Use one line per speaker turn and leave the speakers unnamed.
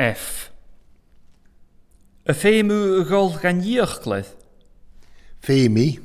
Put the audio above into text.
F. A femu gol ganierclith.
Femi.